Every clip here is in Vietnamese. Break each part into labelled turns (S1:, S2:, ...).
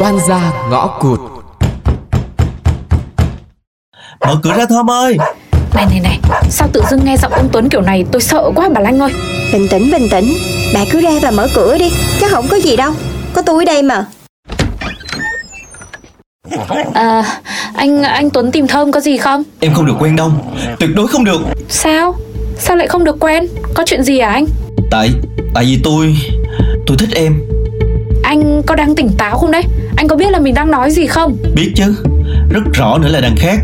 S1: oan gia ngõ cụt
S2: mở cửa ra thơm ơi
S3: Này này này Sao tự dưng nghe giọng ông Tuấn kiểu này tôi sợ quá bà Lanh ơi
S4: Bình tĩnh bình tĩnh Bà cứ ra và mở cửa đi Chắc không có gì đâu Có tôi ở đây mà
S3: à, Anh anh Tuấn tìm Thơm có gì không
S2: em không được quen đâu tuyệt đối không được
S3: Sao Sao lại không được quen Có chuyện gì à anh
S2: tại tại vì tôi tôi thích em
S3: Anh có đang tỉnh táo không đấy Anh có biết là mình đang nói gì không
S2: biết chứ rất rõ nữa là đằng khác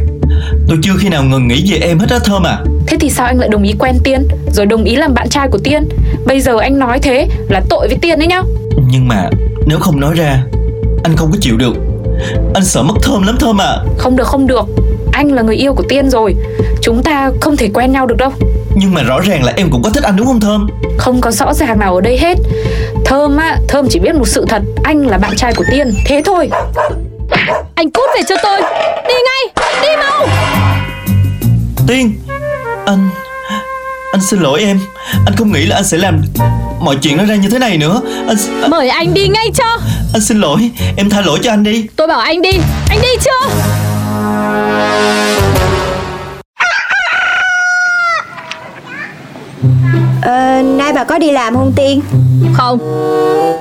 S2: tôi chưa khi nào ngừng nghĩ về em hết á thơm à
S3: Thế thì sao anh lại đồng ý quen Tiên Rồi đồng ý làm bạn trai của Tiên Bây giờ anh nói thế là tội với Tiên đấy nhá
S2: nhưng mà nếu không nói ra anh không có chịu được anh sợ mất thơm lắm thơm à
S3: Không được không được Anh là người yêu của Tiên rồi Chúng ta không thể quen nhau được đâu
S2: nhưng mà rõ ràng là em cũng có thích anh đúng không thơm
S3: Không có rõ ràng nào ở đây hết Thơm á, Thơm chỉ biết một sự thật Anh là bạn trai của Tiên, thế thôi Anh cút về cho tôi Đi ngay, đi mau
S2: tiên anh anh xin lỗi em anh không nghĩ là anh sẽ làm mọi chuyện nó ra như thế này nữa anh anh,
S5: Mời anh đi ngay cho
S2: anh xin lỗi em tha lỗi cho anh đi
S5: Tôi bảo anh đi Anh đi chưa
S4: Ờ, nay bà có đi làm không Tiên
S5: Không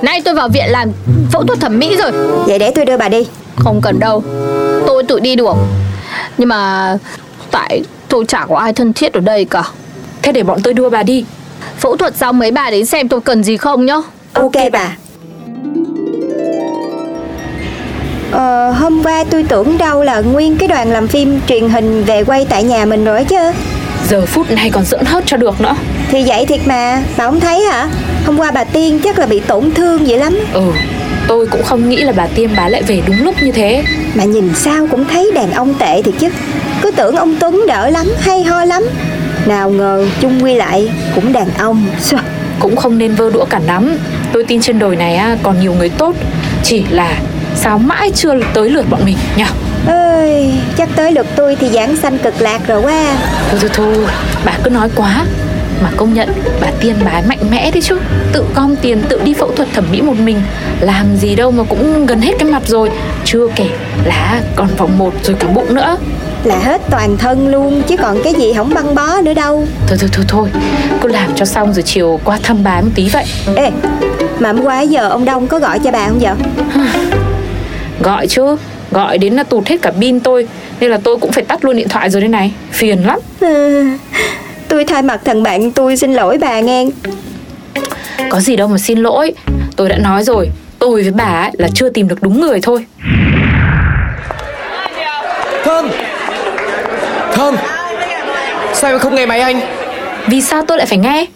S5: Nay tôi vào viện làm phẫu thuật thẩm mỹ rồi
S4: Vậy để tôi đưa bà đi
S5: Không cần đâu Tôi tự đi được Nhưng mà Tại tôi chả có ai thân thiết ở đây cả
S3: Thế để bọn tôi đưa bà đi
S5: Phẫu thuật xong mấy bà đến xem tôi cần gì không nhá
S4: Ok bà Ờ, hôm qua tôi tưởng đâu là nguyên cái đoàn làm phim truyền hình về quay tại nhà mình rồi chứ
S3: Giờ phút này còn dưỡng hớt cho được nữa
S4: Thì vậy thiệt mà, bà không thấy hả? Hôm qua bà Tiên chắc là bị tổn thương vậy lắm
S3: Ừ, tôi cũng không nghĩ là bà Tiên bà lại về đúng lúc như thế
S4: Mà nhìn sao cũng thấy đàn ông tệ thiệt chứ Cứ tưởng ông Tuấn đỡ lắm, hay ho lắm Nào ngờ chung quy lại cũng đàn ông Sao?
S3: Cũng không nên vơ đũa cả nắm Tôi tin trên đời này á, còn nhiều người tốt Chỉ là sao mãi chưa tới lượt bọn mình nhỉ
S4: Ơi, chắc tới lượt tôi thì giảng sanh cực lạc rồi quá
S3: Thôi thôi thôi, bà cứ nói quá Mà công nhận bà Tiên bà ấy mạnh mẽ đấy chứ Tự gom tiền tự đi phẫu thuật thẩm mỹ một mình Làm gì đâu mà cũng gần hết cái mặt rồi Chưa kể là còn vòng một rồi cả bụng nữa
S4: Là hết toàn thân luôn chứ còn cái gì không băng bó nữa đâu
S3: Thôi thôi thôi thôi Cứ làm cho xong rồi chiều qua thăm bà ấy một tí vậy
S4: Ê, mà hôm qua giờ ông Đông có gọi cho bà không vậy?
S3: Gọi chứ Gọi đến là tụt hết cả pin tôi Nên là tôi cũng phải tắt luôn điện thoại rồi đây này Phiền lắm
S4: Ừ, tôi thay mặt thằng bạn tôi xin lỗi bà nghe
S3: Có gì đâu mà xin lỗi Tôi đã nói rồi Tôi với bà ấy là chưa tìm được đúng người thôi
S1: thơm thơm sao em không nghe máy anh
S3: Vì sao tôi lại phải nghe